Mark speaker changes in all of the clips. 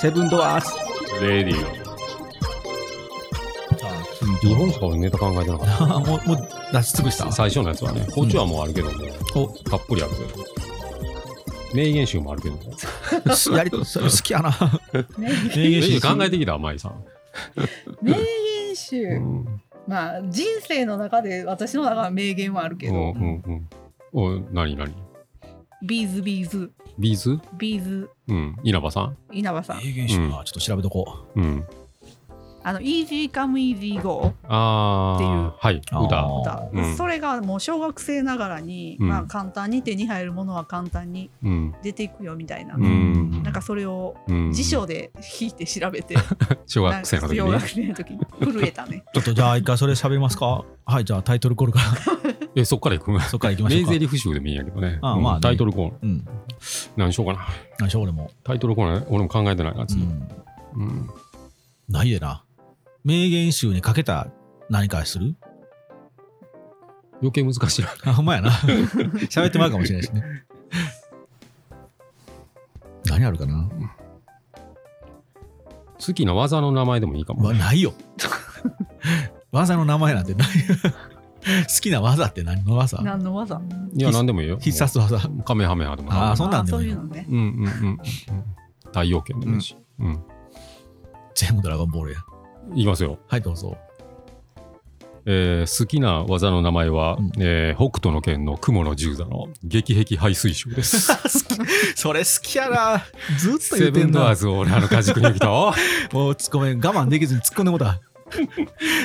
Speaker 1: セブンドアーズ。
Speaker 2: レディ
Speaker 3: あ
Speaker 2: オ。日本しか俺ネタ考えてなかっ
Speaker 3: あ もう、もう出し尽くした
Speaker 2: た。。最初のやつはね、包丁はもうあるけども、
Speaker 3: お
Speaker 2: たっぷりあるけど。名言集もあるけど。
Speaker 3: やりそれ好きやな。名
Speaker 2: 名
Speaker 3: 言
Speaker 2: 言
Speaker 3: 集
Speaker 2: 集考えてきた、甘いさん。
Speaker 4: 名言集、
Speaker 2: うん。
Speaker 4: まあ人生の中で私の中の名言はあるけ
Speaker 2: う
Speaker 4: ど、
Speaker 2: んうんうん。お、なになに
Speaker 4: ビーズビーズ
Speaker 2: ビーズ
Speaker 4: ビーズ
Speaker 2: うん。稲葉さん
Speaker 4: 稲葉さん
Speaker 3: 名言集
Speaker 2: うん
Speaker 3: あちょっと調べとこ
Speaker 2: うん。
Speaker 4: あの「イージーカムイージーゴ
Speaker 2: ああ、はい、
Speaker 3: う。
Speaker 2: 歌。
Speaker 4: ー
Speaker 3: あ
Speaker 4: だ
Speaker 3: ー」
Speaker 2: うん
Speaker 4: それがもう小学生ながらに、
Speaker 2: うん
Speaker 4: まあ、簡単に手に入るものは簡単に
Speaker 2: うん。
Speaker 4: 出ていくよみたいな、
Speaker 2: う
Speaker 4: なんかそれを
Speaker 2: うん。
Speaker 4: 辞書で引いて調べて、
Speaker 2: 小
Speaker 4: なん
Speaker 2: 学生の
Speaker 4: か
Speaker 2: 時
Speaker 4: 小
Speaker 2: に。
Speaker 4: 学生の時に震えたね
Speaker 3: ちょっとじゃあ一回それ喋りますか。はい、じゃあタイトルコールから、
Speaker 2: え、そっから行くん
Speaker 3: そっから行きましょ
Speaker 2: 名
Speaker 3: うか。
Speaker 2: ゼリフ集でもいいんやけどね。
Speaker 3: あー
Speaker 2: うん
Speaker 3: まあね
Speaker 2: タイトルコール。
Speaker 3: うん。
Speaker 2: 何しようかな。
Speaker 3: 何しょ俺も。
Speaker 2: タイトルコールね、俺も考えてないから、
Speaker 3: う
Speaker 2: 次。
Speaker 3: ん。
Speaker 2: うん。
Speaker 3: ないでな。名言集にかけた何かする
Speaker 2: 余計難しいな。
Speaker 3: あ、ほんまやな。喋ってまうかもしれないしね。何あるかな、
Speaker 2: 好きな技の名前でもいいかも
Speaker 3: わ
Speaker 2: ね。
Speaker 3: ないよ。技の名前なんてない。 好きな技って何の技
Speaker 4: 何の技
Speaker 2: いや、何でもいいよ。
Speaker 3: 必殺技。
Speaker 2: もう。カメハメハでも
Speaker 3: あーそんなん
Speaker 4: あ
Speaker 3: でも
Speaker 4: そう
Speaker 3: いい
Speaker 4: いう
Speaker 3: の
Speaker 4: のね
Speaker 2: うんうんうんうん。太陽圏でもいいし。うん。
Speaker 3: 全部ドラゴンボールや。
Speaker 2: いきますよ。
Speaker 3: はい、どうぞ。
Speaker 2: えー好きな技の名前は
Speaker 3: うん、
Speaker 2: えー北斗の拳の雲の十座の撃壁排水集 です。
Speaker 3: それ好きやな。ずっと言
Speaker 2: セ
Speaker 3: っ
Speaker 2: ブ
Speaker 3: て
Speaker 2: ン
Speaker 3: ん
Speaker 2: ドアー
Speaker 3: な。
Speaker 2: ズを俺あの家畜に 来た。も
Speaker 3: もうつごめん、我慢できずに突っ込んでもう た。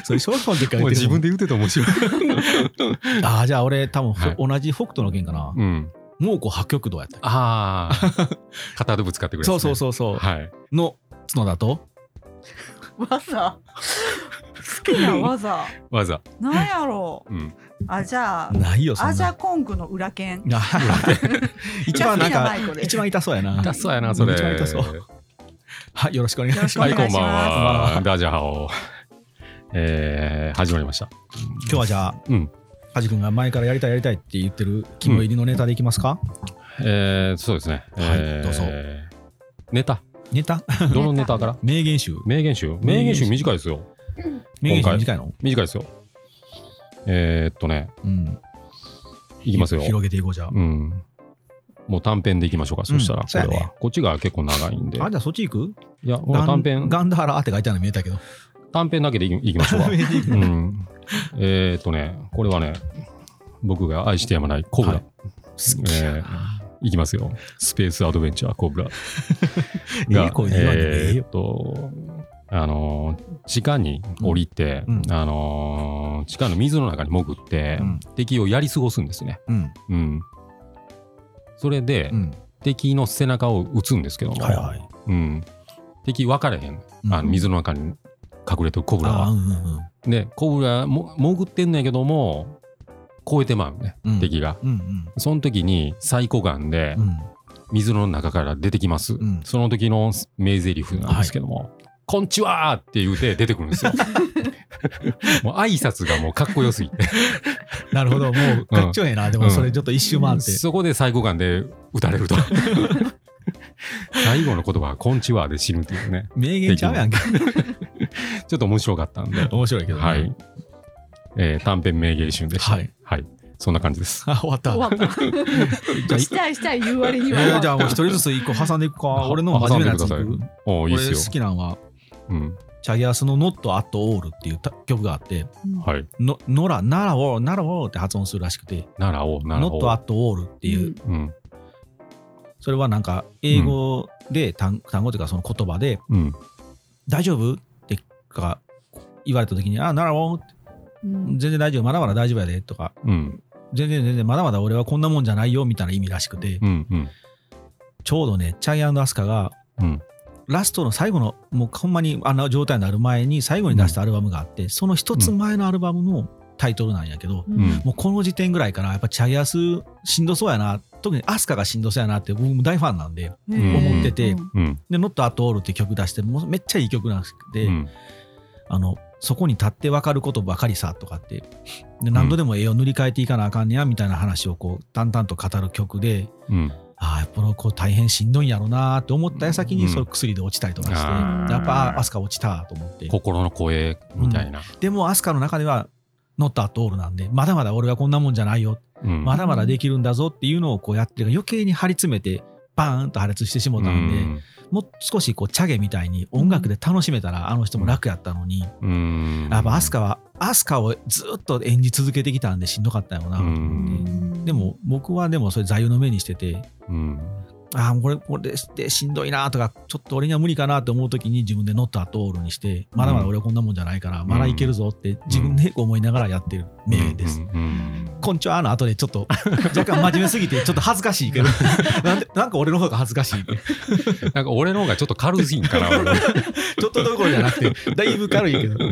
Speaker 3: それ小学校の時から
Speaker 2: う
Speaker 3: 言って
Speaker 2: 自
Speaker 3: るも
Speaker 2: 分
Speaker 3: ん。
Speaker 2: で言うてたら面白い。
Speaker 3: ああ、じゃあ俺多分、
Speaker 2: はい
Speaker 3: 同じ北斗の拳かな。
Speaker 2: うん。
Speaker 3: 猛虎破局道やったっけ
Speaker 2: あ あ。片でぶつかってくれ、
Speaker 3: そうそうそうそう。
Speaker 2: はい。
Speaker 3: の角だと
Speaker 4: 技好きな技
Speaker 2: 技。
Speaker 4: 何やろう
Speaker 2: うん。
Speaker 4: あじゃあ
Speaker 3: ないよ、そんな。
Speaker 4: アジャコングの裏剣
Speaker 3: な 一番なんか
Speaker 4: 好きなバイクで
Speaker 3: 一番痛そうやな。
Speaker 2: 痛そうやな、それ。
Speaker 3: 一番痛そう
Speaker 2: は
Speaker 3: はい、よろしくお願いします。
Speaker 4: よろ
Speaker 2: い、
Speaker 4: しくお願
Speaker 2: こ
Speaker 4: い
Speaker 2: ん
Speaker 4: します
Speaker 2: ばん
Speaker 3: こんばん
Speaker 2: は
Speaker 3: は。
Speaker 2: ダジャハオ。えー、始まりました。
Speaker 3: 今日はじゃあ、
Speaker 2: うん
Speaker 3: はじくんが前からやりたいやりたいって言ってる肝入りのネタでいきますか、
Speaker 2: えー、そうですね。
Speaker 3: はい
Speaker 2: えー
Speaker 3: どうぞ
Speaker 2: ネ タ。
Speaker 3: ネタ
Speaker 2: どのネタから
Speaker 3: 名言集。
Speaker 2: 名言集名言集短いですよ。
Speaker 3: 名言集
Speaker 2: 今回
Speaker 3: 短いの
Speaker 2: 短いですよ。えー、っとね、
Speaker 3: うん。
Speaker 2: いきますよ。
Speaker 3: 広げていこうじゃあ。
Speaker 2: うん。もう短編でいきましょうか、そした
Speaker 3: う
Speaker 2: ら、
Speaker 3: ん
Speaker 2: こ
Speaker 3: そう
Speaker 2: れ
Speaker 3: やね
Speaker 2: は。こっちが結構長いんで。
Speaker 3: あ、じゃあそっち行く
Speaker 2: いや、ほら
Speaker 3: ガン
Speaker 2: 短編、
Speaker 3: ガンダーラーって書いてあるの見えたけど。
Speaker 2: 短編だけでいきいきましょうか。うん。えー、っとね、これはね、僕が愛してやまないコブラ。
Speaker 3: はい好きやな。。
Speaker 2: いきますよ。スペースアドベンチャーコブラ
Speaker 3: ええ声で言わんでもええよ
Speaker 2: ーっと、あのー地下に降りて、
Speaker 3: うんうん
Speaker 2: あのー地下の水の中に潜っ て、
Speaker 3: うん
Speaker 2: 敵をやり過ごすんですね。
Speaker 3: うん。
Speaker 2: うん。それで、
Speaker 3: うん。
Speaker 2: 敵の背中を撃つんですけども、
Speaker 3: はいはい。
Speaker 2: うん、敵分かれへん。あの水の中に隠れてるコブラ
Speaker 3: あう
Speaker 2: は。
Speaker 3: んうんうん。
Speaker 2: で、コブラも潜ってんねんけども、超えてまうね、
Speaker 3: うん
Speaker 2: 敵が。
Speaker 3: うん
Speaker 2: その時にサイコガンで
Speaker 3: うん。うん。
Speaker 2: 水の中から出てきます。
Speaker 3: ん
Speaker 2: その時の名台詞なんですけども、こんちはーって言うて出てくるんで すよ。もう挨拶がもうかっこよすぎて。
Speaker 3: なるほど、もう、かっちょええな。でもそれちょっと一周回って。
Speaker 2: そこで最後感で撃たれ ると。最後の言葉はこんちはで死ぬっていうね。
Speaker 3: 名言ちゃうやんけ。
Speaker 2: ちょっと面白かったんで。
Speaker 3: 面白いけどね。
Speaker 2: はい。えー短編名言集でした。
Speaker 3: はい。
Speaker 2: そんな感じです。
Speaker 3: あ、終わった。
Speaker 4: 終わっ たしたいしたい言う割には
Speaker 3: えー、じゃあもう一人ずつ一個挟んでいくか。俺の初めのやつい
Speaker 2: 挟んで
Speaker 3: く
Speaker 2: く。おおいい
Speaker 3: 俺
Speaker 2: っすよ。
Speaker 3: 好きなのは、
Speaker 2: うん。
Speaker 3: チャギアスの「ノット・アット・オール」っていうた曲があって、
Speaker 2: はい。
Speaker 3: のノラ、ナラを、ナラをって発音するらしくて、
Speaker 2: ならおう、なら
Speaker 3: ノ
Speaker 2: お
Speaker 3: ッ
Speaker 2: う。
Speaker 3: ト・アット・オールっていう、
Speaker 2: うん。
Speaker 3: それはなんか英語で単,、単語というかその言葉で、
Speaker 2: うん。
Speaker 3: 大丈夫ってか言われた時に、あ、ナラを、
Speaker 4: うんうん
Speaker 3: 全然大丈夫、まだまだ大丈夫やでとか、
Speaker 2: うん。
Speaker 3: 全然全然、まだまだ俺はこんなもんじゃないよみたいな意味らしくて、
Speaker 2: うん。うん。
Speaker 3: ちょうどね、チャギアスカが、
Speaker 2: うん。
Speaker 3: ラストの最後の、もうほんまにあの状態になる前に最後に出したアルバムがあって、その一つ前のアルバムのタイトルなんやけど、
Speaker 2: う
Speaker 4: う
Speaker 2: んん。
Speaker 3: もうこの時点ぐらいから、やっぱチャギアスしんどそうやな、特にアスカがしんどそうやなって、僕も大ファンなんで、
Speaker 2: うん
Speaker 3: 思ってて
Speaker 4: うん
Speaker 2: うん。
Speaker 3: で、ノットアットオールって曲出して、もうめっちゃいい曲らしくて、
Speaker 2: うん。
Speaker 3: あの、そこに立って分かることばかりさとかってで何度でも絵を塗り替えていかなあかんねやみたいな話をこう淡々と語る曲で
Speaker 2: うん。
Speaker 3: ああやっぱこう大変しんどいんやろうなって思った矢先に
Speaker 2: うん
Speaker 3: その薬で落ちたりとかして、
Speaker 2: あー
Speaker 3: やっぱああアスカ落ちたと思って
Speaker 2: 心の声みたいな。
Speaker 3: でもアスカの中ではノットアットオールなんでまだまだ俺がこんなもんじゃないよ
Speaker 2: うん。
Speaker 3: まだまだできるんだぞっていうのをこうやってるから余計に張り詰めてバーンと破裂してしもうたんで、もう少しこうチャゲみたいに音楽で楽しめたらあの人も楽やったのに、
Speaker 2: うん。
Speaker 3: やっぱアスカはアスカをずっと演じ続けてきたんでしんどかったよなと思って、でも僕はでもそれ座右の目にしてて
Speaker 2: うん。
Speaker 3: ああもうこれこれでしんどいなとかちょっと俺には無理かなと思う時に自分でノットアトールにしてまだまだ俺はこんなもんじゃないから、
Speaker 2: ん
Speaker 3: まだいけるぞって自分で思いながらやってる名です。
Speaker 2: うん。うん
Speaker 3: こんちはの後でちょっと 若干真面目すぎてちょっと恥ずかしいけど なんでなんか俺の方が恥ずかしい
Speaker 2: なんか俺の方がちょっと軽いんかな。俺
Speaker 3: ちょっとどころじゃなくてだいぶ軽いけどい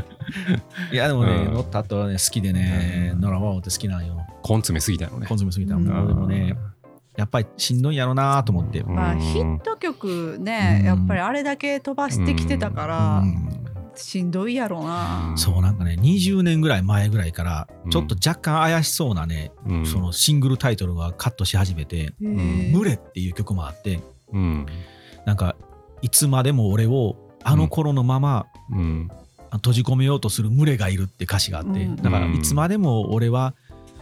Speaker 3: やでもね、
Speaker 2: うん
Speaker 3: 乗った後はね好きでねノラワオって好きなんよ
Speaker 2: コン詰めすぎたのね
Speaker 3: コ。ンズミすぎたら
Speaker 4: うん
Speaker 3: もうでもねやっぱりしんどいんやろなと思って、
Speaker 2: うん
Speaker 4: まあヒット曲ね
Speaker 3: うん
Speaker 4: やっぱりあれだけ飛ばしてきてたか
Speaker 3: う
Speaker 4: ら
Speaker 3: ん
Speaker 4: しんどいやろうな。
Speaker 3: そうなんかね20年ぐらい前ぐらいからちょっと若干怪しそうなね、
Speaker 2: うん
Speaker 3: そのシングルタイトルがカットし始めて
Speaker 4: へえ
Speaker 3: 「
Speaker 2: ん
Speaker 3: 群れ」っていう曲もあって
Speaker 2: うん。
Speaker 3: なんかいつまでも俺をあの頃のまま
Speaker 2: うん。
Speaker 3: 閉じ込めようとする群れがいるって歌詞があって、
Speaker 4: うん
Speaker 3: だから
Speaker 2: うん
Speaker 3: いつまでも俺は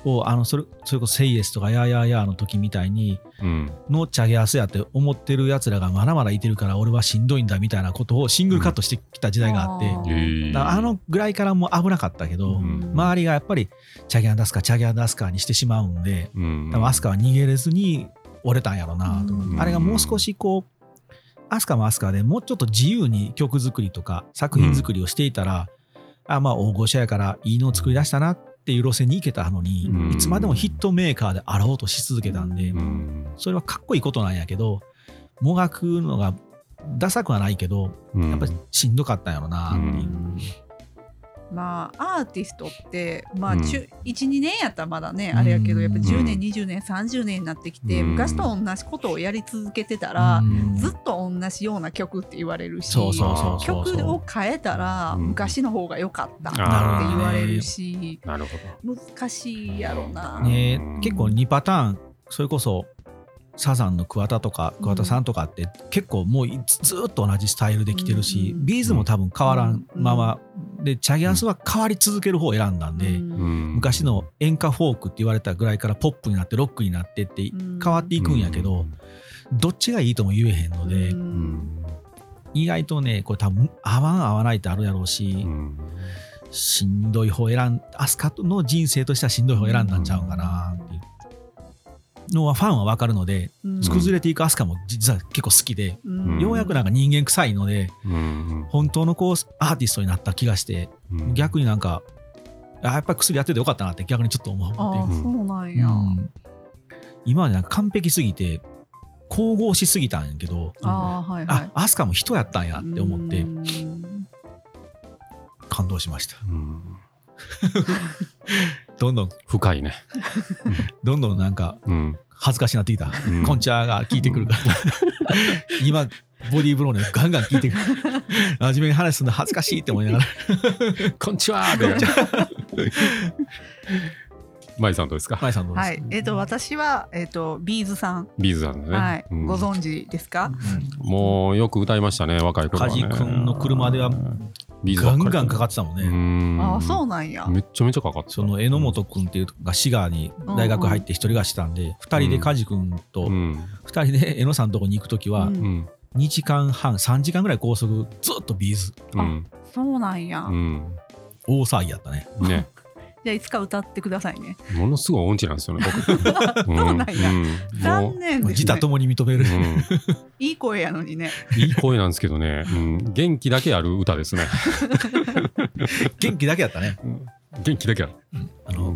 Speaker 3: をあのそれそれこそ「セイエス」とか「やーやーやー」の時みたいに
Speaker 2: うん。
Speaker 3: のチャゲアスやって思ってるやつらがまだまだいてるから俺はしんどいんだみたいなことをシングルカットしてきた時代があって、
Speaker 4: うん
Speaker 2: えー
Speaker 3: だからあのぐらいからもう危なかったけど、
Speaker 2: ん
Speaker 3: 周りがやっぱりチャゲアンダスカチャゲアンダスカにしてしまうんで
Speaker 2: うん
Speaker 3: 多分アスカは逃げれずに折れたんやろうなと思って、
Speaker 4: うん
Speaker 3: あれがもう少しこうアスカもアスカでもうちょっと自由に曲作りとか作品作りをしていたら、あまあ大御所やからいいのを作り出したなっていう路線に行けたのに、
Speaker 4: うん
Speaker 3: いつまでもヒットメーカーであろうとし続けたんで、
Speaker 2: うん
Speaker 3: それはかっこいいことなんやけどもがくのがダサくはないけど
Speaker 2: うん
Speaker 3: やっぱりしんどかったんやろうなっていう。
Speaker 4: まあアーティストってまあ
Speaker 2: うん
Speaker 4: 12、2年やったらまだねあれやけどやっぱ10
Speaker 2: う
Speaker 4: 年
Speaker 2: ん
Speaker 4: 20年30年になってきて、
Speaker 2: うん
Speaker 4: 昔と同じことをやり続けてたら、
Speaker 3: うん
Speaker 4: ずっと同じような曲って言われるし
Speaker 3: そうそうそうそうそう
Speaker 4: 曲を変えたら
Speaker 2: うん
Speaker 4: 昔の方が良かったって
Speaker 2: あ
Speaker 3: ー
Speaker 4: 言われるし、
Speaker 2: なるほ
Speaker 4: 難しいやろな。
Speaker 3: ね
Speaker 2: うん、
Speaker 3: 結構2パターンそれこそサザンの桑田とか桑田さんとかって結構もういずずっと同じスタイルで来てるし、
Speaker 4: うん
Speaker 3: ビーズも多分変わらんまま、でチャギアスは変わり続ける方を選んだんで、
Speaker 4: うん
Speaker 2: ど。うん
Speaker 3: 昔の演歌フォークって言われたぐらいからポップになってロックになってって
Speaker 4: ん
Speaker 3: 変わっていくんやけど、どっちがいいとも言えへんので、
Speaker 4: うん
Speaker 2: うん
Speaker 3: 意外とねこれ多分合わん合わないってあるやろうし、
Speaker 2: うん
Speaker 3: しんどい方選んアスカの人生としてはしんどい方選んだんちゃうかなっていうのはファンはわかるので
Speaker 4: うん
Speaker 3: 崩れていくアスカも実は結構好きで、
Speaker 4: うん
Speaker 3: ようやくなんか人間臭いので
Speaker 2: うん
Speaker 3: 本当のこうアーティストになった気がして
Speaker 2: うん
Speaker 3: 逆になんかあやっぱり薬やっててよかったなって逆にちょっと思う
Speaker 4: あ
Speaker 3: っ
Speaker 4: あ
Speaker 2: うん
Speaker 4: そうなん
Speaker 3: ていう、
Speaker 4: や。
Speaker 3: うん今までなんか完璧すぎて神々しすぎたんやけど
Speaker 4: ああはいは
Speaker 3: あ
Speaker 4: い。
Speaker 3: アスカも人やったんやって思って
Speaker 4: うん
Speaker 3: 感動しました
Speaker 2: うん
Speaker 3: どんどん
Speaker 2: 深いね。
Speaker 3: どんどんなんか
Speaker 2: うん
Speaker 3: 恥ずかしなってきた
Speaker 2: うん
Speaker 3: コンチャが効いてくるから今ボディーブローにガンガン効いてくる真面目に話すの恥ずかしいって思いながら
Speaker 2: こんにちはーって マイさんどうですか
Speaker 3: 舞さんどうです
Speaker 4: は
Speaker 3: か
Speaker 4: い、えっ、と私はえっ、とビーズさん、
Speaker 2: ビーズさんのね。
Speaker 4: はい、
Speaker 2: うん
Speaker 4: ご存知ですか？
Speaker 2: もうよく歌いましたね、若い頃はね。
Speaker 3: 梶君の車では
Speaker 2: ビーズば
Speaker 3: ガ
Speaker 2: っ
Speaker 3: ン
Speaker 2: かり
Speaker 3: ガンかかってたもんね、
Speaker 2: うん
Speaker 4: ああそうなんや。
Speaker 2: めっちゃめちゃかかった。
Speaker 3: その榎本君っていうのが滋賀に大学入って一人がしたんで、二人で梶君と
Speaker 2: うん
Speaker 3: 二人で榎本さんのとこに行く時は
Speaker 4: うん
Speaker 2: うん
Speaker 3: 2時間半3時間ぐらい高速ずっとビーズ
Speaker 2: うん
Speaker 4: そうなんや。
Speaker 2: うん
Speaker 3: 大騒ぎやったね
Speaker 2: ね。
Speaker 4: じゃあいつか歌ってくださいね。
Speaker 2: ものすごい音痴なんですよね、僕。
Speaker 4: そうなんや
Speaker 2: うんも
Speaker 4: 残念です
Speaker 3: 自他
Speaker 4: ね
Speaker 3: と。もに認める
Speaker 2: う、うん
Speaker 4: いい声やのにね。
Speaker 2: いい声なんですけどね、うん、元気だけある歌ですね。
Speaker 3: 元気だけやったね
Speaker 2: 元気だけある。
Speaker 3: あの、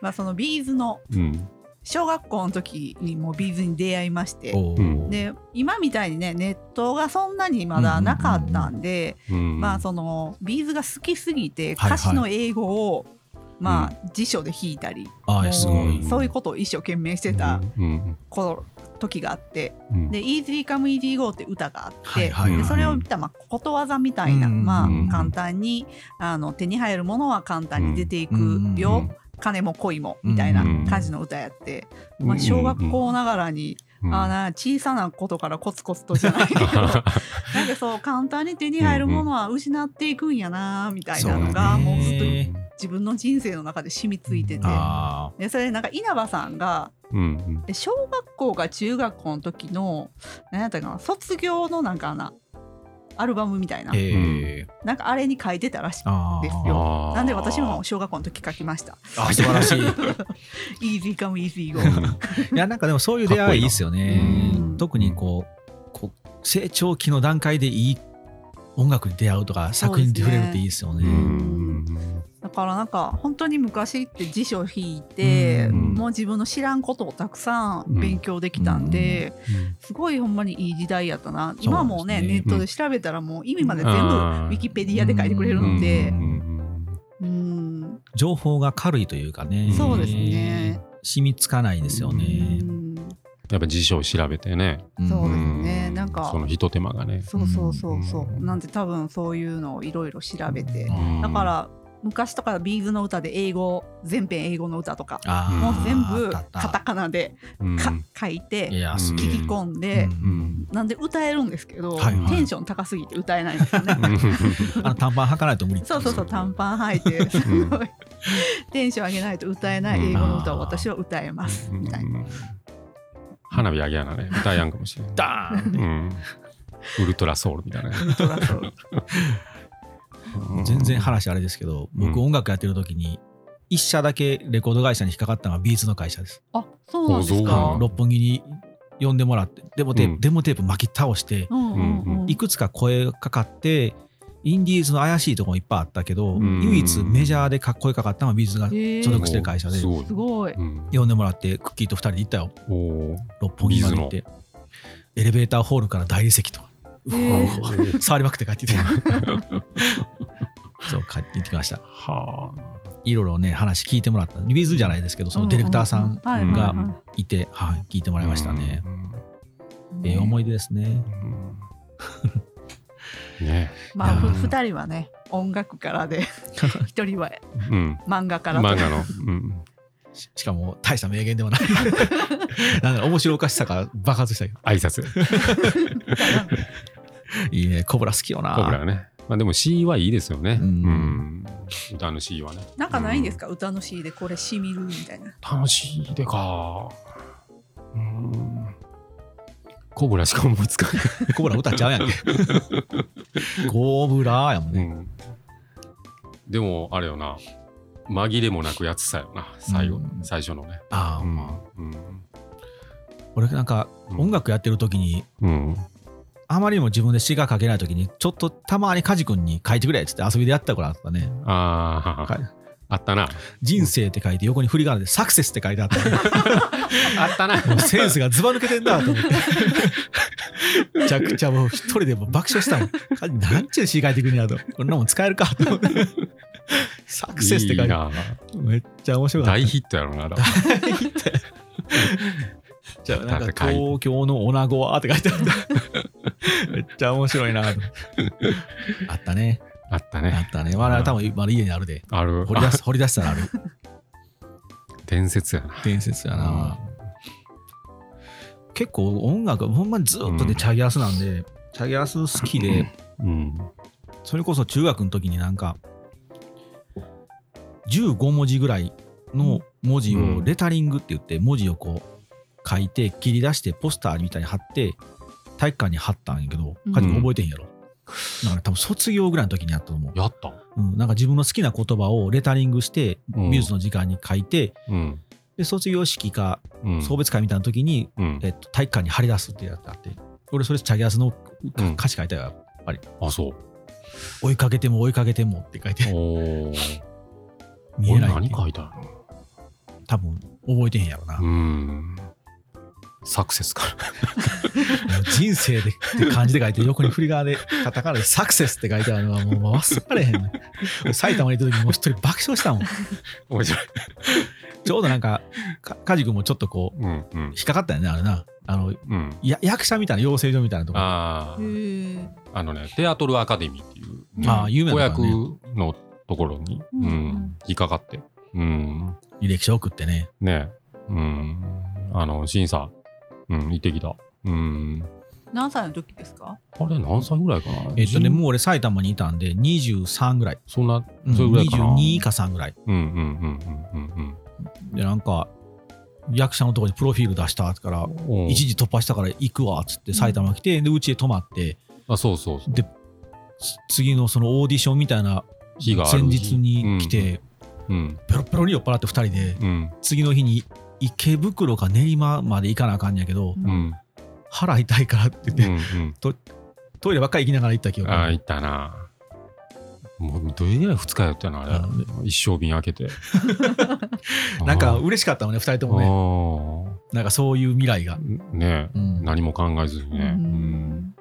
Speaker 4: まあそのビーズの
Speaker 2: うん。
Speaker 4: 小学校の時にもうビーズに出会いまして。
Speaker 3: おー
Speaker 2: うん
Speaker 4: で今みたいにねネットがそんなにまだなかったんで、
Speaker 2: うん、
Speaker 4: まあそのビーズが好きすぎて
Speaker 3: はいはい
Speaker 4: 歌詞の英語をまあ、辞書で弾いたり、
Speaker 3: あ
Speaker 4: も
Speaker 3: あ
Speaker 4: う
Speaker 3: すごい。
Speaker 4: そういうことを一生懸命してた
Speaker 2: うん
Speaker 4: 頃時があって
Speaker 2: うんうん
Speaker 4: 「で Easy Come Easy Go」って歌があって、
Speaker 3: はいはい
Speaker 4: で
Speaker 3: はい
Speaker 4: それを見たまあことわざみたいな、
Speaker 3: うん
Speaker 4: まあ
Speaker 2: うん、
Speaker 4: 簡単にあの手に入るものは簡単に出ていくよ、
Speaker 2: うん
Speaker 4: 金も恋もみたいな感じの歌やって、まあ、小学校ながらに、
Speaker 2: うん
Speaker 4: ああな小さなことからコツコツとじ ゃないけどなんかそう簡単に手に入るものは失っていくんやなみたいなのが、
Speaker 3: そうだね
Speaker 4: もうずっと
Speaker 3: えー
Speaker 4: 自分の人生の中で染みついてて。
Speaker 3: あ
Speaker 4: でそれでなんか稲葉さんが
Speaker 2: うんうん
Speaker 4: で小学校か中学校の時の何やったかな卒業のなんかなアルバムみたいな
Speaker 3: あ。へえ。
Speaker 4: なんかあれに書いてたらしい
Speaker 3: ああ。
Speaker 4: ですよ
Speaker 2: あー
Speaker 4: なんで私も小学校の時書きました
Speaker 3: あ素晴らしい。
Speaker 4: 「Easy come easy go
Speaker 2: う」ん
Speaker 3: いやなんかでもそういう出会いいいですよね
Speaker 4: かっこいいなうん
Speaker 3: 特にこうこう成長期の段階でいい音楽に出会うとか
Speaker 4: そう
Speaker 3: 作
Speaker 4: ですね
Speaker 3: 品に触れるっていいですよね
Speaker 2: うん
Speaker 4: だからなんか本当に昔って辞書引いて
Speaker 2: うん
Speaker 4: もう自分の知らんことをたくさん勉強できたんですごいほんまにいい時代やったな今もね
Speaker 3: そうです
Speaker 4: ネ
Speaker 3: ね
Speaker 4: ットで調べたらもう意味まで全部ウ
Speaker 2: あー
Speaker 4: ィキペディアで書いてくれるの
Speaker 2: う
Speaker 4: で
Speaker 2: んうん
Speaker 4: うん
Speaker 3: 情報が軽いというかね
Speaker 4: そうですね
Speaker 3: 染みつかないですよね
Speaker 4: うん
Speaker 2: やっぱ辞書を調べてね
Speaker 3: ん
Speaker 4: そうです
Speaker 2: ん
Speaker 4: ねなんか
Speaker 2: そのひと手間がね
Speaker 4: そうそうそうそううんなんで多分そういうのをいろいろ調べて
Speaker 2: うん
Speaker 4: だから昔とかビーズの歌で英語全編英語の歌とかも
Speaker 3: あ
Speaker 4: う
Speaker 3: ー
Speaker 4: 全部
Speaker 3: あったあ
Speaker 4: カ
Speaker 3: っ
Speaker 4: タカナで
Speaker 2: うん
Speaker 4: か書い
Speaker 3: たい
Speaker 4: て
Speaker 3: やす
Speaker 4: 聞
Speaker 3: げ
Speaker 4: き
Speaker 3: え
Speaker 4: 込んで
Speaker 3: う
Speaker 2: うん
Speaker 4: なんで歌えるんですけど
Speaker 3: はいはい
Speaker 4: テンション高すぎて歌えないんですよね
Speaker 2: うん
Speaker 3: あの短パン履かないと無理
Speaker 4: そうそうそう短パン履いてすごいテンション上げないと歌えない英語の歌を私は歌えますみたいな
Speaker 2: 花火あげやなね歌やんかもしれん
Speaker 3: ダーン
Speaker 2: うんウルトラソウルみたいなね
Speaker 4: 本当だそう
Speaker 2: うん
Speaker 3: 全然話あれですけど僕
Speaker 2: うん
Speaker 3: 音楽やってる時に一社だけレコード会社に引っかかったのがビーズの会社です
Speaker 4: あそうなんです
Speaker 2: あ
Speaker 4: か
Speaker 2: ー
Speaker 3: 六本木に呼んでもらってデモテー
Speaker 2: うん
Speaker 3: プデモテープ巻き倒して
Speaker 4: うんうんうん
Speaker 3: いくつか声かかってインディーズの怪しいとこもいっぱいあったけど、
Speaker 2: ん
Speaker 3: 唯一メジャーでかっこよかかったのはビーズが
Speaker 4: へー
Speaker 3: 所属してる会社です
Speaker 2: ごい
Speaker 4: すごい
Speaker 2: うん
Speaker 3: 呼んでもらってクッキーと2人で行ったよ
Speaker 2: おー
Speaker 3: 六本木まで行ってエレベーターホールから大理石 と
Speaker 4: えー
Speaker 3: 触りまくって帰ってき たそう帰ってきました
Speaker 2: はい
Speaker 3: ろいろね話聞いてもらったビーズじゃないですけどそのディレクターさん
Speaker 4: うううはいはいはい
Speaker 3: いて、はい、聞いても
Speaker 2: あ
Speaker 3: らいましたね、
Speaker 4: うん
Speaker 3: ええ思い出ですね
Speaker 2: うんね
Speaker 4: まあ、ふ
Speaker 2: うん
Speaker 4: 2人はね音楽か らで1人は
Speaker 2: うん
Speaker 4: 漫画から
Speaker 2: 漫
Speaker 4: と
Speaker 2: 画のうん
Speaker 3: ししかも大した名言ではない なんだろう面白おかしさが爆発したけど
Speaker 2: 挨拶
Speaker 3: いいねコブラ好きよな
Speaker 2: コブラねまあでも C はいいですよね
Speaker 3: う
Speaker 2: うんん歌の C はね
Speaker 4: なんかないんですか、歌の C でこれしみるみたいな
Speaker 2: 楽しいでかうんコブラしか思いつか ない
Speaker 3: コブラ歌っちゃうやんけ。 コブラやもん
Speaker 2: う
Speaker 3: ね。
Speaker 2: んでもあれよな紛れもなくやつさよな最後、
Speaker 3: うん
Speaker 2: 最初のね、
Speaker 3: ああ、
Speaker 2: うん
Speaker 3: 俺なんか音楽やってる時に、
Speaker 2: うん
Speaker 3: あまりにも自分で詩が書けない時に、ちょっとたまにカジ君に書いてくれっつって遊びでやった頃あったね。
Speaker 2: ああ、
Speaker 3: はい
Speaker 2: あったな
Speaker 3: 人生って書いて横に振り仮名でサクセスって書いてあった。
Speaker 2: あったな
Speaker 3: もう センスがずば抜けてんだと思って。めちゃくちゃもう一人でもう爆笑したもん。なんちゅう詩書いてくんやと。こんなもん使えるかと思って。サクセスって書い
Speaker 2: い
Speaker 3: て
Speaker 2: な
Speaker 3: めっちゃ面白かった。
Speaker 2: 大ヒットやろなだ
Speaker 3: じゃあなんか
Speaker 2: 戦い
Speaker 3: 東京の女子はって書いてあった。めっちゃ面白いなと。あったね。
Speaker 2: あった
Speaker 3: あ
Speaker 2: ね
Speaker 3: ったね。我々多分まだ家にあるで。
Speaker 2: ある
Speaker 3: 掘り出 す掘り出したらある。
Speaker 2: 伝説やな
Speaker 3: 伝説やな。結構音楽、ほんまにずっと
Speaker 2: うん
Speaker 3: ね、チャギアスなんで、チャギアス好きで、
Speaker 2: うん
Speaker 3: それこそ中学の時になんか、15文字ぐらいの文字
Speaker 2: う
Speaker 3: を
Speaker 2: ん
Speaker 3: レタリングって言って、文字をこう書いて、切り出して、ポスターみたいに貼って、体育館に貼ったんやけど、
Speaker 4: うん
Speaker 3: カジ君覚えてへんやろ。だから多分卒業ぐらいの時にやったと思う。
Speaker 2: やった
Speaker 3: うん、なんか自分の好きな言葉をレタリングして、
Speaker 2: うん
Speaker 3: ミューズの時間に書いて、
Speaker 2: うん
Speaker 3: で卒業式か
Speaker 2: うん
Speaker 3: 送別会みたいな時に、
Speaker 2: うん
Speaker 3: えっと、体育館に張り出すってやつがあって、俺それチャギアスの
Speaker 2: うん
Speaker 3: 歌詞書いたよ。
Speaker 2: あそう
Speaker 3: 追いかけても追いかけてもって書いて、
Speaker 2: おお
Speaker 3: 見え
Speaker 2: 俺
Speaker 3: ないって
Speaker 2: 何書いたの
Speaker 3: 多分覚えてへんやろな。
Speaker 2: うんサクセスから。
Speaker 3: もう人生でって漢字で書いて横に振り側でカタカナで「サクセス」って書いてあるのはもう忘れへんね俺埼玉に行った時もう一人爆笑したもん
Speaker 2: 面白い。
Speaker 3: ちょうどなんかか梶君もちょっとこう
Speaker 2: うんうん
Speaker 3: 引っかかったよねあれなあの
Speaker 2: うん。
Speaker 3: や役者みたいな養成所みたいなとこ
Speaker 2: ああ、
Speaker 4: へ
Speaker 2: あのね、テアトルアカデミーっていう、
Speaker 3: あー有名
Speaker 2: 子
Speaker 3: なと
Speaker 2: 役
Speaker 3: こね
Speaker 2: のところに、
Speaker 4: うん
Speaker 2: う
Speaker 4: うん
Speaker 2: ん、引っかかって。うん。
Speaker 3: 履歴書送ってね
Speaker 2: ねえ。うん。あの、審査、うん、行ってきた。うん。
Speaker 4: 何歳の時ですか
Speaker 2: あれ、何歳ぐらいかな
Speaker 3: えっとね
Speaker 2: じん
Speaker 3: もう俺埼玉にいたんで23ぐらい、
Speaker 2: そんな、
Speaker 3: うん、
Speaker 2: それぐらいかな。
Speaker 3: 22か3ぐらい
Speaker 2: うんうんうんうん
Speaker 3: でなんか役者のとこにプロフィール出したから
Speaker 2: うんうん。
Speaker 3: 一時突破したから行くわっつって埼玉来てでうちへ泊まって
Speaker 2: あ、そうそうそう。
Speaker 3: でつ次のそのオーディションみたいな
Speaker 2: 日がある
Speaker 3: 前日に来て、
Speaker 2: うん。
Speaker 3: ペロペロに酔っ払って2人で
Speaker 2: うん。
Speaker 3: 次の日に池袋か練馬まで行かなあかんやけど
Speaker 4: うん
Speaker 2: うん。うん
Speaker 3: 腹痛いからって言って、
Speaker 2: うん。
Speaker 3: トイレばっかり行きながら行った記憶
Speaker 2: あ
Speaker 3: が
Speaker 2: あ、行ったな。もう、どれぐらい二日やったのあれ
Speaker 3: あ。。
Speaker 2: 一生瓶開けて
Speaker 3: なんか嬉しかったもんね2人ともね
Speaker 2: も
Speaker 3: なんかそういう未来が、
Speaker 2: ね。ねえ
Speaker 3: うん、
Speaker 2: 何も考えずに
Speaker 4: う
Speaker 2: ね。うん
Speaker 4: ん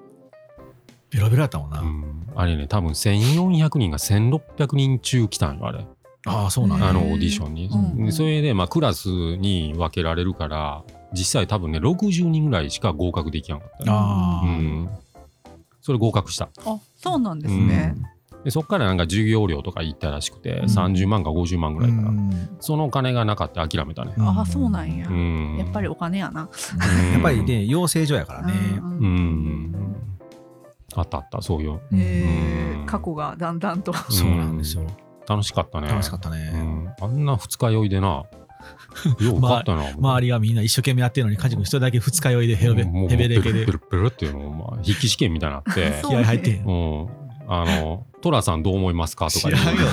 Speaker 3: ベロベロやったもんな、
Speaker 2: うんあれね、多分1400人が1600人中来たんよ、あれ。
Speaker 3: ああそうなんや
Speaker 2: あの
Speaker 4: へー
Speaker 2: オーディションに。
Speaker 4: うん
Speaker 2: でそれで、まあ、クラスに分けられるから、実際多分ね、60人ぐらいしか合格できなかったね。
Speaker 3: あ
Speaker 2: う
Speaker 3: あ、
Speaker 2: ん。それ合格した。
Speaker 4: あそうなんですね。
Speaker 2: で、そっからなんか授業料とか行ったらしくて、
Speaker 4: ん
Speaker 2: 30万か50万ぐらいか
Speaker 3: う
Speaker 2: ら。
Speaker 3: ん
Speaker 2: そのお金がなかった諦めたね。
Speaker 4: あそうなんや
Speaker 2: う。ん。
Speaker 4: やっぱりお金やな。
Speaker 3: やっぱりね養成所やからね、
Speaker 2: う
Speaker 4: うん
Speaker 2: ん。うん。あったあった、そうよ。
Speaker 3: うん
Speaker 4: えー
Speaker 2: うん
Speaker 4: 過去がだんだんと。
Speaker 3: そうなんですよ
Speaker 2: 楽しかったね。
Speaker 3: 楽しかった
Speaker 2: う
Speaker 3: ね、
Speaker 2: んあんな二日酔い でな、よう受かったな。
Speaker 3: 周りがみんな一生懸命やってるのに梶君一人だけ二日酔いでヘロベ
Speaker 2: もう
Speaker 3: ヘベレケ
Speaker 2: ペル
Speaker 3: で
Speaker 2: ペルペルっていうのを、まあ、筆記試験みたいになって、
Speaker 4: そう
Speaker 3: 気合入ってん
Speaker 2: うん。あの、トラさんどう思いますかとか
Speaker 3: 知
Speaker 2: 言
Speaker 3: ら
Speaker 2: うん
Speaker 3: よ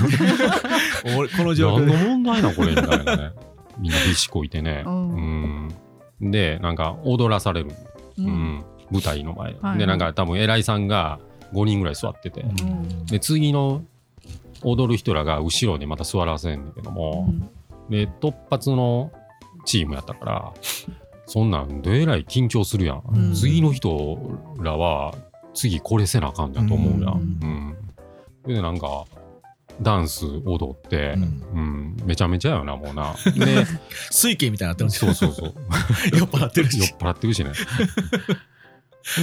Speaker 3: 俺この状況
Speaker 2: 何
Speaker 3: で
Speaker 2: の問題なんこれみたいなね。 みんな必死こいてね。
Speaker 4: う
Speaker 2: うん。で、なんか踊らされる。
Speaker 4: う
Speaker 2: うんん。舞台の前で
Speaker 4: はい。
Speaker 2: で、なんか多分偉いさんが5人ぐらい座ってて。
Speaker 4: ん
Speaker 2: で、次の踊る人らが後ろにまた座らせんだけども、で突発のチームやったからそんなんどえらい緊張するやん、
Speaker 4: うん
Speaker 2: 次の人らは次これせなあかんやと思うやん、う
Speaker 4: う
Speaker 2: んでなんかダンス踊って、うんめちゃめちゃやなもうな で
Speaker 3: 水系みたいになってるんです
Speaker 2: そうそうそう
Speaker 3: よ酔っ払ってる
Speaker 2: 酔
Speaker 3: し
Speaker 2: っ払ってるしね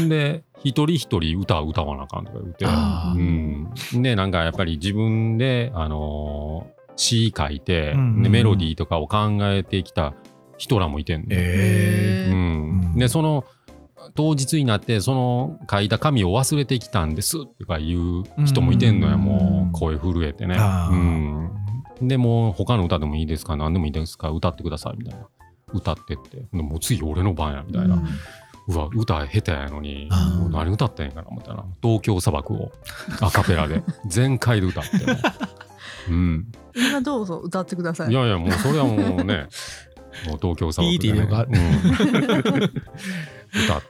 Speaker 2: で一人一人歌歌わなあかんとか言って
Speaker 3: あ
Speaker 2: うん、でなんかやっぱり自分で、あのー詩書いて、
Speaker 3: うんうんうん
Speaker 2: でメロディーとかを考えてきた人らもいてんね、
Speaker 3: え
Speaker 2: う
Speaker 4: え
Speaker 2: ん
Speaker 3: うん
Speaker 2: でその当日になってその書いた紙を忘れてきたんですとか言う人もいてんのや、
Speaker 3: うん
Speaker 2: もう声震えてね、
Speaker 3: あー
Speaker 2: うん、でもう他の歌でもいいですか何でもいいですか歌ってくださいみたいな歌ってってでもう次俺の番やみたいな、うわ歌下手やのに
Speaker 3: あ
Speaker 4: ー
Speaker 2: もう何歌ってんやかなみたいな東京砂漠をアカペラで全開で歌ってもう、うん、
Speaker 4: 今どうぞ歌ってください。
Speaker 2: いやいやもうそれはもう ねもう東京砂漠で、
Speaker 3: ピ
Speaker 2: ね
Speaker 3: ーテ
Speaker 2: うん歌っ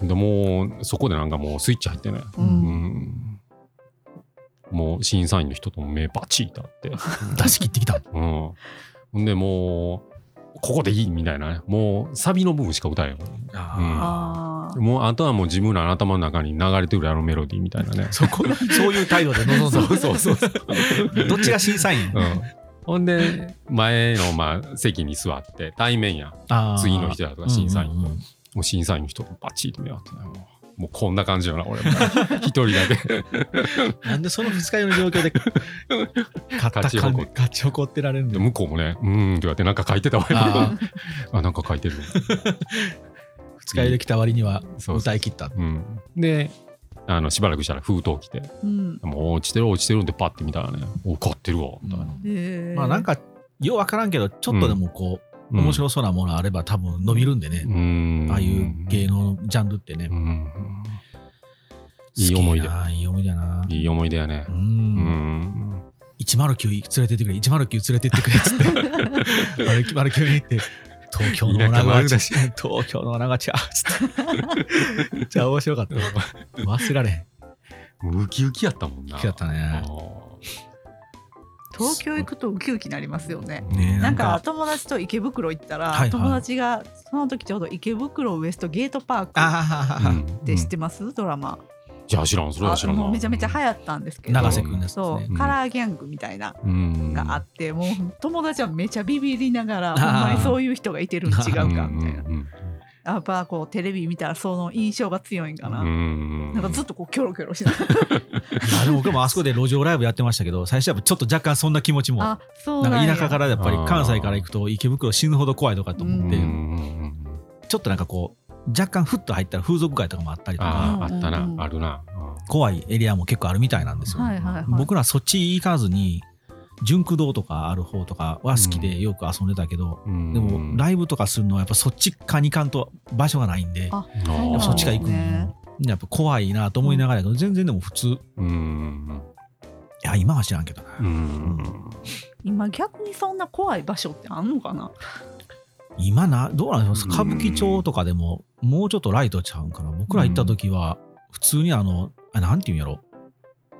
Speaker 2: てでもうそこでなんかもうスイッチ入ってね、
Speaker 4: う
Speaker 2: うんん、もう審査員の人とも目バチッとあって、
Speaker 3: 出し切ってきた
Speaker 2: うん、ほんでもうここでいいみたいなねもうサビの部分しか歌えない
Speaker 3: あ
Speaker 4: あー
Speaker 2: もうあとはもう自分らの頭の中に流れてるあのメロディーみたいなね
Speaker 3: ー。そこそういう態度で臨んだ
Speaker 2: そうそうそう
Speaker 3: どっちが審査員
Speaker 2: うん、ほんで前のまあ席に座って対面や
Speaker 3: あー
Speaker 2: 次の人だとか審査員、
Speaker 3: うんうんうん
Speaker 2: もう審査員の人がバチッと目合ってねもうもうこんな感じよな俺 も一人だけ
Speaker 3: なんでその二日酔いの状況で勝った
Speaker 2: 勝ち誇
Speaker 3: 感
Speaker 2: っ
Speaker 3: じ勝ち誇ってられるんだ
Speaker 2: で
Speaker 3: よ
Speaker 2: 向こうもね「うーん」って言われてなんか書いてたわよ
Speaker 3: あー
Speaker 2: あなんか書いてる
Speaker 3: 二日酔いで来た割には
Speaker 2: そう
Speaker 3: 歌い切った
Speaker 2: うん、であのしばらくしたら封筒来て
Speaker 4: うん
Speaker 2: 「もう落ちてる落ちてる」ってパッて見たらね「お買ってるわ」みたいな、
Speaker 4: えー
Speaker 3: まあなんかようわからんけどちょっとでもこう面白そうなものあれば多分伸びるんでね
Speaker 2: うん
Speaker 3: ああいう芸能ジャンルってね
Speaker 2: うんいい思い出
Speaker 3: 好きないい思い出やない
Speaker 2: い思い出やね
Speaker 3: う。
Speaker 2: うんん。
Speaker 3: 109連れてってくれ109連れてってくれっつって 109に行って東京の女が
Speaker 2: 田舎丸出
Speaker 3: 東京の女がちゃうっつってじゃあ面白かった忘れられへん
Speaker 2: ウキウキやったもんな。
Speaker 3: 好きだったね
Speaker 2: あー
Speaker 4: 東京行くとウキウキなりますよね。
Speaker 3: ね
Speaker 4: なん
Speaker 3: な
Speaker 4: か
Speaker 3: んか
Speaker 4: 友達と池袋行ったら、
Speaker 3: はいはい
Speaker 4: 友達がその時ちょうど池袋ウエストゲートパークっ
Speaker 3: あ
Speaker 2: う
Speaker 3: あ、
Speaker 2: ん
Speaker 4: て知ってます、ドラマ
Speaker 2: じゃあ知らんそれは
Speaker 4: あ
Speaker 2: 知らん
Speaker 4: も
Speaker 2: な
Speaker 4: うめちゃめちゃ流行ったんですけど
Speaker 3: 永瀬君ですね。
Speaker 4: そう、
Speaker 2: うん
Speaker 4: カラーギャングみたいな
Speaker 2: うん
Speaker 4: があって、もう友達はめちゃビビりながら、
Speaker 3: あー
Speaker 4: ほんまにそういう人がいてるん違うかみたいな、
Speaker 2: うんうん
Speaker 4: やっぱこうテレビ見たらその印象が強いんかな、
Speaker 2: うん
Speaker 4: なんかずっとこうキョロキョロしながら
Speaker 3: あでも僕もあそこで路上ライブやってましたけど、最初はちょっと若干そんな気持ちも、
Speaker 4: あそう
Speaker 3: なん
Speaker 4: なん
Speaker 3: か
Speaker 4: や
Speaker 3: 田舎からやっぱり関西から行くと池袋死ぬほど怖いとかと思って、
Speaker 4: う
Speaker 3: ちょっとなんかこう、若干ふっと入ったら風俗街とかもあったりとか、
Speaker 2: あああった
Speaker 4: うん
Speaker 2: な
Speaker 4: うん
Speaker 2: あるな
Speaker 3: 怖いエリアも結構あるみたいなんですよ。
Speaker 4: はいはいはい
Speaker 3: 僕らそっち行かずに、純駆堂とかある方とかは好きでよく遊んでたけど、
Speaker 2: で
Speaker 3: でもライブとかするのはやっぱそっちかにかんと場所がないんで、
Speaker 4: あ
Speaker 3: やっぱそっちか行くの
Speaker 4: そうなんで
Speaker 3: もやっぱ怖いなと思いながらやけど、全然でも普通、い
Speaker 2: うん
Speaker 3: や、今は知らんけどな。
Speaker 2: うん
Speaker 4: 今逆にそんな怖い場所ってあんのかな
Speaker 3: 今などうなんです
Speaker 2: うん
Speaker 3: か歌舞伎町とかでももうちょっとライトちゃうんかな僕ら行った時は普通にあのあなんていうんやろ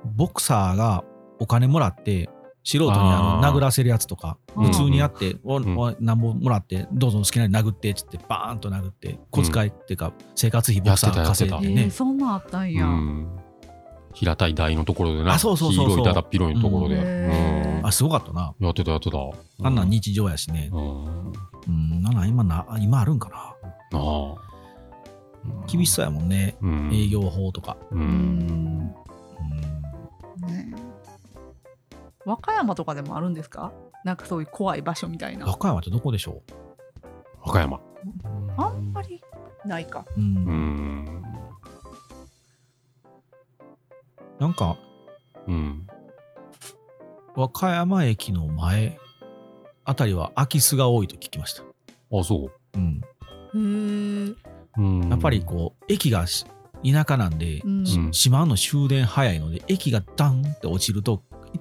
Speaker 3: ボクサーがお金もらって素人にあ
Speaker 2: あ
Speaker 3: の
Speaker 2: ー
Speaker 3: 殴らせるやつとか
Speaker 4: うん
Speaker 3: 普通にやって「お
Speaker 2: ん
Speaker 3: おなんぼもらってどうぞ好きなように殴って」っつってバーンと殴って小遣いっていうか生活費ボクサーが稼い
Speaker 2: あ
Speaker 3: で
Speaker 4: えー
Speaker 3: ね
Speaker 4: そんなんあったんや、
Speaker 2: うん平たい台のところでな
Speaker 3: あそうそうそうそう
Speaker 2: 黄色いだだっ広いのところで
Speaker 4: うん
Speaker 2: うん
Speaker 3: あすごかったな
Speaker 2: やってたやってた
Speaker 3: あんなん日常やしね
Speaker 2: うん
Speaker 3: うんなんなん今な今あるんかな
Speaker 2: なあ
Speaker 3: 厳しそうやもんね
Speaker 2: うん
Speaker 3: 営業法とか
Speaker 2: う
Speaker 4: うんんね和歌山とかでもあるんですかなんかそういう怖い場所みたいな
Speaker 3: 和歌山ってどこでしょ
Speaker 2: 和歌山
Speaker 4: あんまりないか
Speaker 3: ううん
Speaker 2: うん
Speaker 3: なんか
Speaker 2: うん
Speaker 3: 和歌山駅の前あたりは空き巣が多いと聞きました、
Speaker 2: あそ
Speaker 3: うん、
Speaker 4: へー
Speaker 2: ううん
Speaker 3: やっぱりこう駅がし田舎なんで、
Speaker 4: うん
Speaker 3: し
Speaker 2: うん
Speaker 3: 島の終電早いので駅がダンって落ちるとい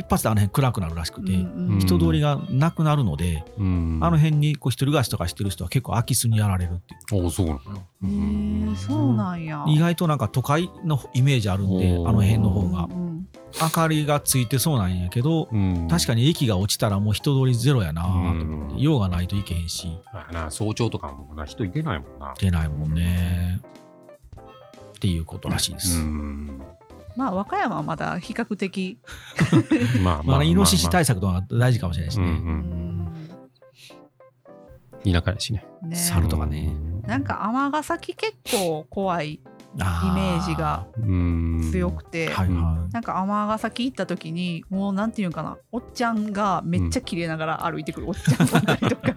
Speaker 3: 一発であの辺暗くなるらしくて、
Speaker 4: うんうん
Speaker 2: うん
Speaker 3: 人通りがなくなるので、
Speaker 2: うん
Speaker 3: あの辺にこう一人暮らしとかしてる人は結構空き巣にやられるっていう
Speaker 2: あそうなんや
Speaker 4: へーそうなんや
Speaker 3: 意外となんか都会のイメージあるんで
Speaker 2: おー
Speaker 3: あの辺の方
Speaker 4: う
Speaker 3: が
Speaker 4: んうん
Speaker 3: 明かりがついてそうなんやけど
Speaker 2: うん
Speaker 3: 確かに駅が落ちたらもう人通りゼロやなと思って、
Speaker 2: うん
Speaker 3: 用がないといけへんし
Speaker 2: あな早朝とかもな人いてないもんな。
Speaker 3: 出ないもんね。っていうことらしいです。
Speaker 2: ん。
Speaker 4: まあ和歌山はまだ比較的
Speaker 2: まあ
Speaker 3: ま
Speaker 2: ま
Speaker 3: あ、
Speaker 2: あ。
Speaker 3: イノシシ
Speaker 2: まあ
Speaker 3: 対策とか大事かもしれないです
Speaker 2: まあ
Speaker 3: ね。
Speaker 2: うんうん。田舎やしね。
Speaker 4: ね
Speaker 3: 猿とかね
Speaker 4: なんか尼崎結構怖いイメ
Speaker 3: あ
Speaker 4: ージが
Speaker 2: うん。
Speaker 4: 強くて、
Speaker 3: はいは
Speaker 4: なんか尼崎行った時にもうなんていうんかなおっちゃんがめっちゃ綺麗ながら歩いてくるおっちゃんだったりとか
Speaker 3: い。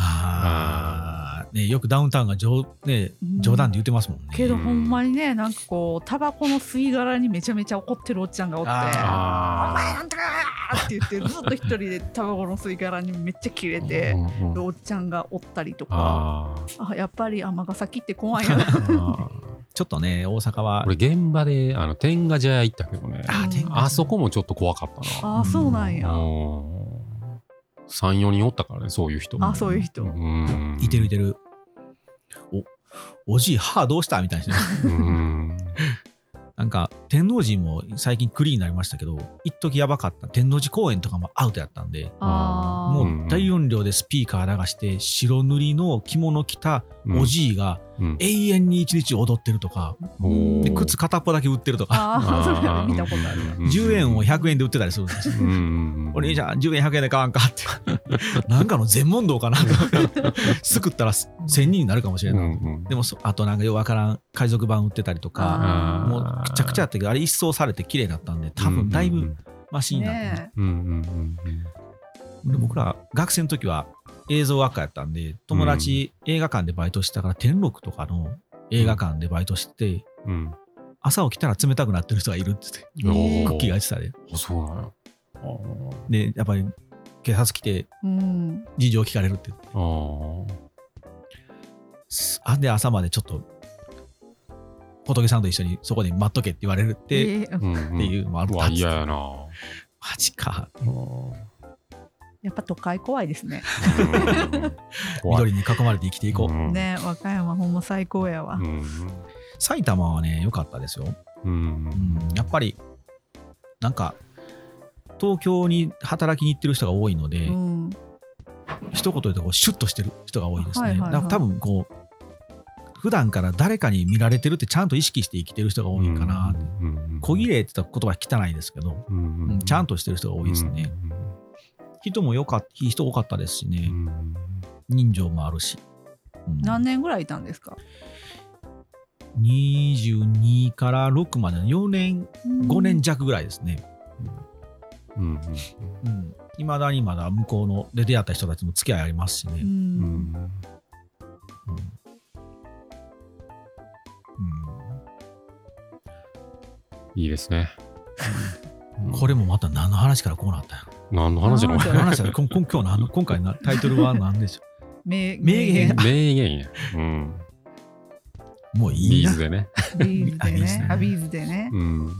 Speaker 3: ああ、ね、よくダウンタウンが冗,、ね、
Speaker 4: うん
Speaker 3: 冗談で言ってますもんね。
Speaker 4: けどほんまにねなんかこうタバコの吸い殻にめちゃめちゃ怒ってるおっちゃんがおって「お前
Speaker 3: あ
Speaker 2: ああ。
Speaker 4: なんとか!」って言ってずっと一人でタバコの吸い殻にめっちゃ切れて
Speaker 2: う。んうん
Speaker 4: でおっちゃんがおったりとか
Speaker 2: あー
Speaker 4: あやっぱり尼崎って怖いな
Speaker 2: あー。
Speaker 3: ちょっとね、大阪は
Speaker 2: 俺、現場で、あの、天下茶屋行ったけどね。
Speaker 3: あー天下
Speaker 2: あそこもちょっと怖かったな。
Speaker 4: あそうなんや、
Speaker 2: うん三四人おったからね、そういう人。
Speaker 4: あそういう人
Speaker 2: うん。
Speaker 3: いてるいてる。おおじい、歯どうしたみたいな。
Speaker 2: うん。
Speaker 3: なんか、天王寺も最近クリーンになりましたけど、一時やばかった。天王寺公園とかもアウトやったんで、
Speaker 4: あー
Speaker 3: もう大音量でスピーカー流して、白塗りの着物着たおじいが、
Speaker 2: うん。
Speaker 3: 永遠に一日踊ってるとか
Speaker 2: おー
Speaker 3: で靴片っぽだけ売ってるとか
Speaker 4: ああそれは見たことある
Speaker 2: うんうんうん
Speaker 3: 10円を100円で売ってたりするんですよ。
Speaker 2: うんうんうん
Speaker 3: お兄ちゃん10円100円で買わんかって なんかの全問答か なすくったら1000人になるかもしれない、
Speaker 2: うん
Speaker 3: でもそあとなんかようわからん海賊版売ってたりとか
Speaker 4: あ
Speaker 3: もうくちゃくちゃやったけどあれ一掃されて綺麗だったんで多分だいぶマシになってまし
Speaker 4: ね
Speaker 2: うんうんうんうん
Speaker 3: た、で僕ら学生の時は映像学科やったんで友達映画館でバイトしてたから天禄とかの映画館でバイトして
Speaker 2: うん
Speaker 3: 朝起きたら冷たくなってる人がいるって言って
Speaker 2: うん
Speaker 4: えー
Speaker 3: クッキーが言ってたで
Speaker 2: あそうなんやあ
Speaker 3: でやっぱり警察来て
Speaker 4: えうん
Speaker 3: 事情聞かれるって
Speaker 2: ーあ
Speaker 3: あで朝までちょっと仏さんと一緒にそこで待っとけって言われるって、
Speaker 4: えー
Speaker 2: ーうん
Speaker 3: っていうのもある
Speaker 2: う
Speaker 3: か
Speaker 2: わ
Speaker 3: ら
Speaker 2: 嫌やな
Speaker 3: マジか
Speaker 2: うん
Speaker 4: やっぱ都会怖いですね
Speaker 2: 怖
Speaker 3: 緑
Speaker 2: い
Speaker 3: に囲まれて生きていこう、
Speaker 2: うん
Speaker 4: ね和歌山ほんま最高やわ、
Speaker 2: うん
Speaker 3: 埼玉はね良かったですよ、
Speaker 2: うん
Speaker 3: うん、やっぱりなんか東京に働きに行ってる人が多いので、
Speaker 4: うん
Speaker 3: 一言でこうシュッとしてる人が多いですね。
Speaker 4: はいはいはい
Speaker 3: だから多分こう普段から誰かに見られてるってちゃんと意識して生きてる人が多いかな、
Speaker 2: うんうんうん
Speaker 3: 小切れって言ったら言葉汚いですけど、
Speaker 2: うんう
Speaker 3: う
Speaker 2: んうんん
Speaker 3: ちゃんとしてる人が多いですね、人もよかった人多かったですし
Speaker 2: うんう
Speaker 3: ね、
Speaker 2: んうん
Speaker 3: 人情もあるし、うん
Speaker 4: 何年ぐらいいたんですか
Speaker 3: 22から6までの4年5年弱ぐらいですね
Speaker 2: うんうん
Speaker 3: いま、うん未だにまだ向こうので出会った人たちも付き合いありますしね、
Speaker 4: う
Speaker 2: うん
Speaker 4: ん
Speaker 3: うん
Speaker 2: いいですね
Speaker 3: うんこれもまた何の話からこうなったんやろ
Speaker 2: 何の話なの
Speaker 4: 何
Speaker 3: 何
Speaker 4: の
Speaker 3: の話やろこん こん今日何の今回のタイトルは何でしょ
Speaker 4: 名
Speaker 3: 名言
Speaker 2: 名言やうん
Speaker 3: うもういい
Speaker 2: ビー
Speaker 3: な
Speaker 2: ズでね
Speaker 4: ビーズでね
Speaker 3: あ
Speaker 4: あ
Speaker 3: ビ
Speaker 4: ビーズでね
Speaker 2: うん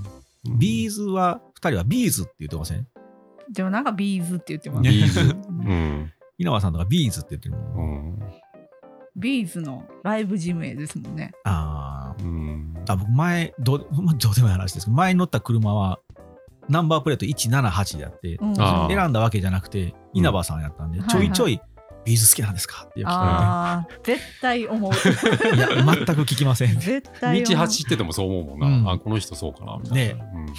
Speaker 3: ビーズは2人はビーズって言ってません
Speaker 4: でもなんかビーズって言ってます
Speaker 2: ビーズ
Speaker 4: うん
Speaker 2: うん
Speaker 3: 稲葉さんとかビーズって言ってるもん、
Speaker 2: うん
Speaker 4: ビーズのライブジムへですもんね
Speaker 3: あー
Speaker 2: うん
Speaker 3: あ僕前ど う、まあ、どうでもいい話ですけど前に乗った車はナンバープレート178であって、
Speaker 4: うん
Speaker 2: あー
Speaker 3: 選んだわけじゃなくて稲葉さんやったんで、
Speaker 4: うん
Speaker 3: ちょいちょい「ビーズ好きなんですか?」ってよく聞か
Speaker 4: あー絶対 思う
Speaker 3: れていや全く聞きません
Speaker 4: 絶対
Speaker 2: 道
Speaker 4: 思う
Speaker 2: 走っててもそう思うも
Speaker 3: うんん
Speaker 2: なあこの人そうかなみたいなうん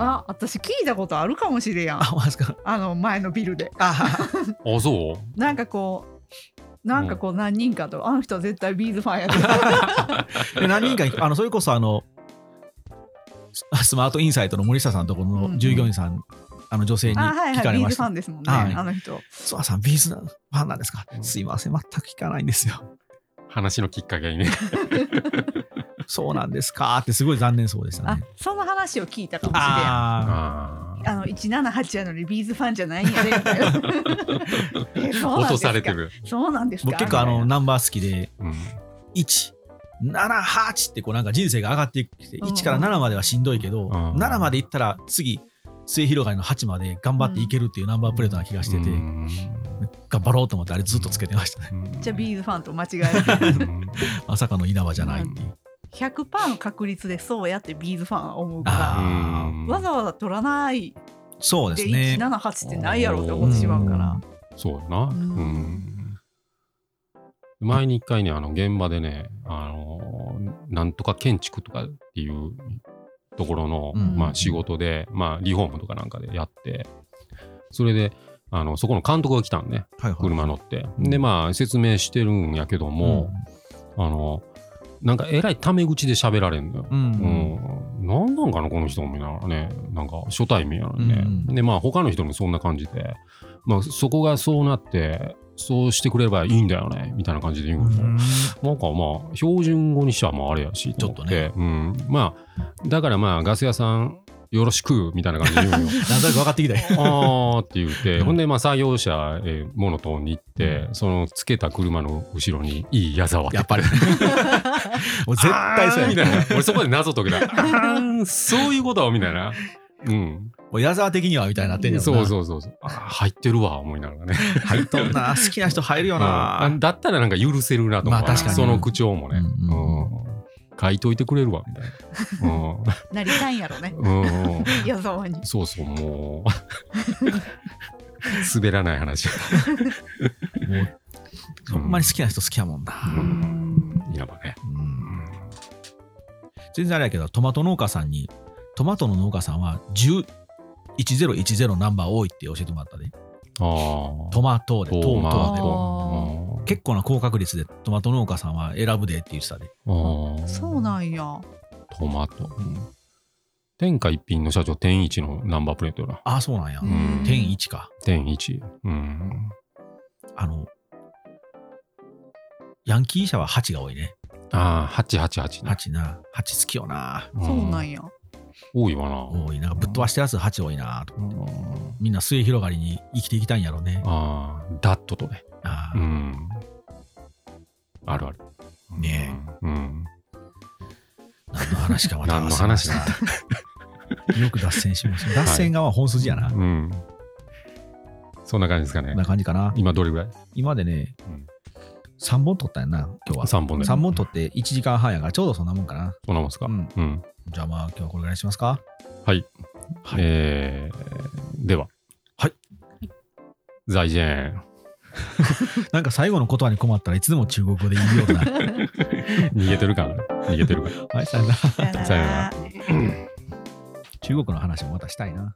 Speaker 4: あ私聞いたことあるかもしれやん
Speaker 3: あマジか
Speaker 4: あの前のビルで
Speaker 3: あ
Speaker 2: あそう
Speaker 4: なんかこうなんかこう何人かと、あの人は絶対ビーズフ ァンやで
Speaker 3: で何人かにあのそれこそあのススマートインサイトの森下さんところの従業員さん、あの女性に
Speaker 4: あはい
Speaker 3: 聞
Speaker 4: は
Speaker 3: か
Speaker 4: い
Speaker 3: れ
Speaker 4: ビー
Speaker 3: ま
Speaker 4: ズ
Speaker 3: し
Speaker 4: ファ
Speaker 3: た
Speaker 4: ンですもんね、
Speaker 3: はい
Speaker 4: あの人
Speaker 3: 「ソワさんビーズのファンなんですか
Speaker 2: うん
Speaker 3: すいません全く聞かないんですよ
Speaker 2: 話のきっかけにね
Speaker 3: そうなんですか」ってすごい残念そうでした
Speaker 4: あ
Speaker 3: ね
Speaker 4: その話を聞いたかもしれん
Speaker 3: あ
Speaker 2: あー
Speaker 4: あの178やのにビーズファンじゃないんやでみたい な えそうな
Speaker 2: 落
Speaker 4: んですか
Speaker 2: とされてる
Speaker 4: そうなんです
Speaker 3: あ
Speaker 4: か
Speaker 3: 僕結構あのナンバー好きで
Speaker 2: うん
Speaker 3: 178ってこうなんか人生が上がっていくて
Speaker 4: うんうん
Speaker 3: 1から7まではしんどいけど、
Speaker 2: ん
Speaker 3: 7までいったら次末広がりの8まで頑張っていけるっていうナンバープレートな気がしてて、
Speaker 2: うん
Speaker 3: 頑張ろうと思ってあれずっとつけてました ね、
Speaker 2: うん
Speaker 4: じゃあビーズファンと 間違え
Speaker 2: う
Speaker 4: る
Speaker 2: ん
Speaker 3: まさかの稲葉じゃないっていう、
Speaker 4: 100%の確率でそうやってビーズファンは思う
Speaker 2: う
Speaker 4: か
Speaker 3: あ
Speaker 4: ら
Speaker 2: ん
Speaker 4: わざわざ取らない
Speaker 3: そうで
Speaker 4: です
Speaker 3: ね
Speaker 4: 178ってないやろって思ってしまうから
Speaker 2: そうやな。う
Speaker 4: うん
Speaker 2: ん。前に一回ね、あの、現場でね、あの、なんとか建築とかっていうところの、
Speaker 3: うん
Speaker 2: まあ仕事で、まあリフォームとかなんかでやって、それで、あの、そこの監督が来たんね、
Speaker 3: はいはい
Speaker 2: 車乗って。
Speaker 3: うん
Speaker 2: で、まあ説明してるんやけども、あの、なんかえらいタメ口で喋られんのよ。
Speaker 3: うん、うん
Speaker 2: うん、なんなんかなこの人も見ながらねなんか初対面やのにね、
Speaker 3: うんうん
Speaker 2: でまあ他の人もそんな感じで、まあ、そこがそうなってそうしてくれればいいんだよねみたいな感じで言うの、なんかまあ標準語にしちゃまああれやしと思
Speaker 3: ちょっ
Speaker 2: うん、まあだからまあガス屋さんよろしくみたいな感じで言うのよ
Speaker 3: なんとなく分かってきたよ
Speaker 2: あーって言って、
Speaker 3: うん
Speaker 2: ほんでまあ作業者、えーモノトーンに行ってそのつけた車の後ろにいい矢沢って
Speaker 3: やっぱ りもう絶対そう
Speaker 2: あー
Speaker 3: や
Speaker 2: み
Speaker 3: ね
Speaker 2: たいな。俺そこで謎解けた。あーそういうことみたいな。うん。
Speaker 3: もう矢沢的にはみたいになってんねん
Speaker 2: そう
Speaker 3: う
Speaker 2: そうそうそう。あー入ってるわ、思いながらね。
Speaker 3: 入っとんな好きな人入るよな、
Speaker 2: うんあだったらなんか許せるなと思う、
Speaker 3: まあ確
Speaker 4: かに
Speaker 2: その口調も
Speaker 3: う
Speaker 2: ね。うんん
Speaker 3: うん
Speaker 2: 書いといてくれるわ、みたいな。
Speaker 4: なりたいんやろね
Speaker 2: うん。うんうん
Speaker 4: 矢沢に
Speaker 2: そうそう、もう。滑らない話。
Speaker 3: もうほんまに好きな人好きやもんな、
Speaker 2: う
Speaker 4: うんん
Speaker 2: やばね。
Speaker 3: うん全然あれやけどトマト農家さんにトマトの農家さんは10 1010ナンバー多いって教えてもらったで
Speaker 2: ああ。
Speaker 3: トマトでトー
Speaker 2: マ
Speaker 3: トで
Speaker 4: で
Speaker 2: ト
Speaker 3: 結構な高確率でトマト農家さんは選ぶでって言ってたで
Speaker 2: うんあー
Speaker 4: そうなんや
Speaker 2: トマト。天下一品の社長、天一のナンバープレートよな。
Speaker 3: ああそうなんや、
Speaker 4: うん
Speaker 3: 天一か
Speaker 2: 天一。うん。
Speaker 3: あのヤンキー社は8が多いね
Speaker 2: ああ、八八八。
Speaker 3: 8な8好きよな
Speaker 4: そうなん
Speaker 2: や。
Speaker 4: や
Speaker 2: 多いわな。
Speaker 3: 多いなんかぶっ飛ばしたやつ8多いなと
Speaker 2: うん
Speaker 3: みんな末広がりに生きていきたいんやろうね
Speaker 2: ああ、ダットとね。
Speaker 3: あ
Speaker 2: う
Speaker 3: ー
Speaker 2: ん。あるある。
Speaker 3: ね
Speaker 2: え。うん。
Speaker 3: 何の話かまた
Speaker 2: 何の話だ
Speaker 3: ったよく脱線しました脱線がまあ本筋やな、
Speaker 2: うん。そんな感じですかね
Speaker 3: こん。な感じかな
Speaker 2: 今どれぐらい
Speaker 3: 今でね、
Speaker 2: うん
Speaker 3: 三3本取ったんやな今日は
Speaker 2: 三本で。
Speaker 3: 3本取って1時間半やからちょうどそんなもんかな
Speaker 2: そんなもんですか
Speaker 3: うん
Speaker 2: うん。
Speaker 3: じゃあまあ今日はこれぐらいにしますか
Speaker 2: はい。
Speaker 3: はい
Speaker 2: えーでは。
Speaker 3: はい。
Speaker 2: 財前、
Speaker 3: なんか最後の言葉に困ったらいつでも中国語で言いような。
Speaker 2: 逃げてるかな逃げてるかな
Speaker 3: はい、さよなら
Speaker 4: さよな
Speaker 2: さよ
Speaker 4: ら
Speaker 2: な。
Speaker 3: 中国の話もまたしたいな。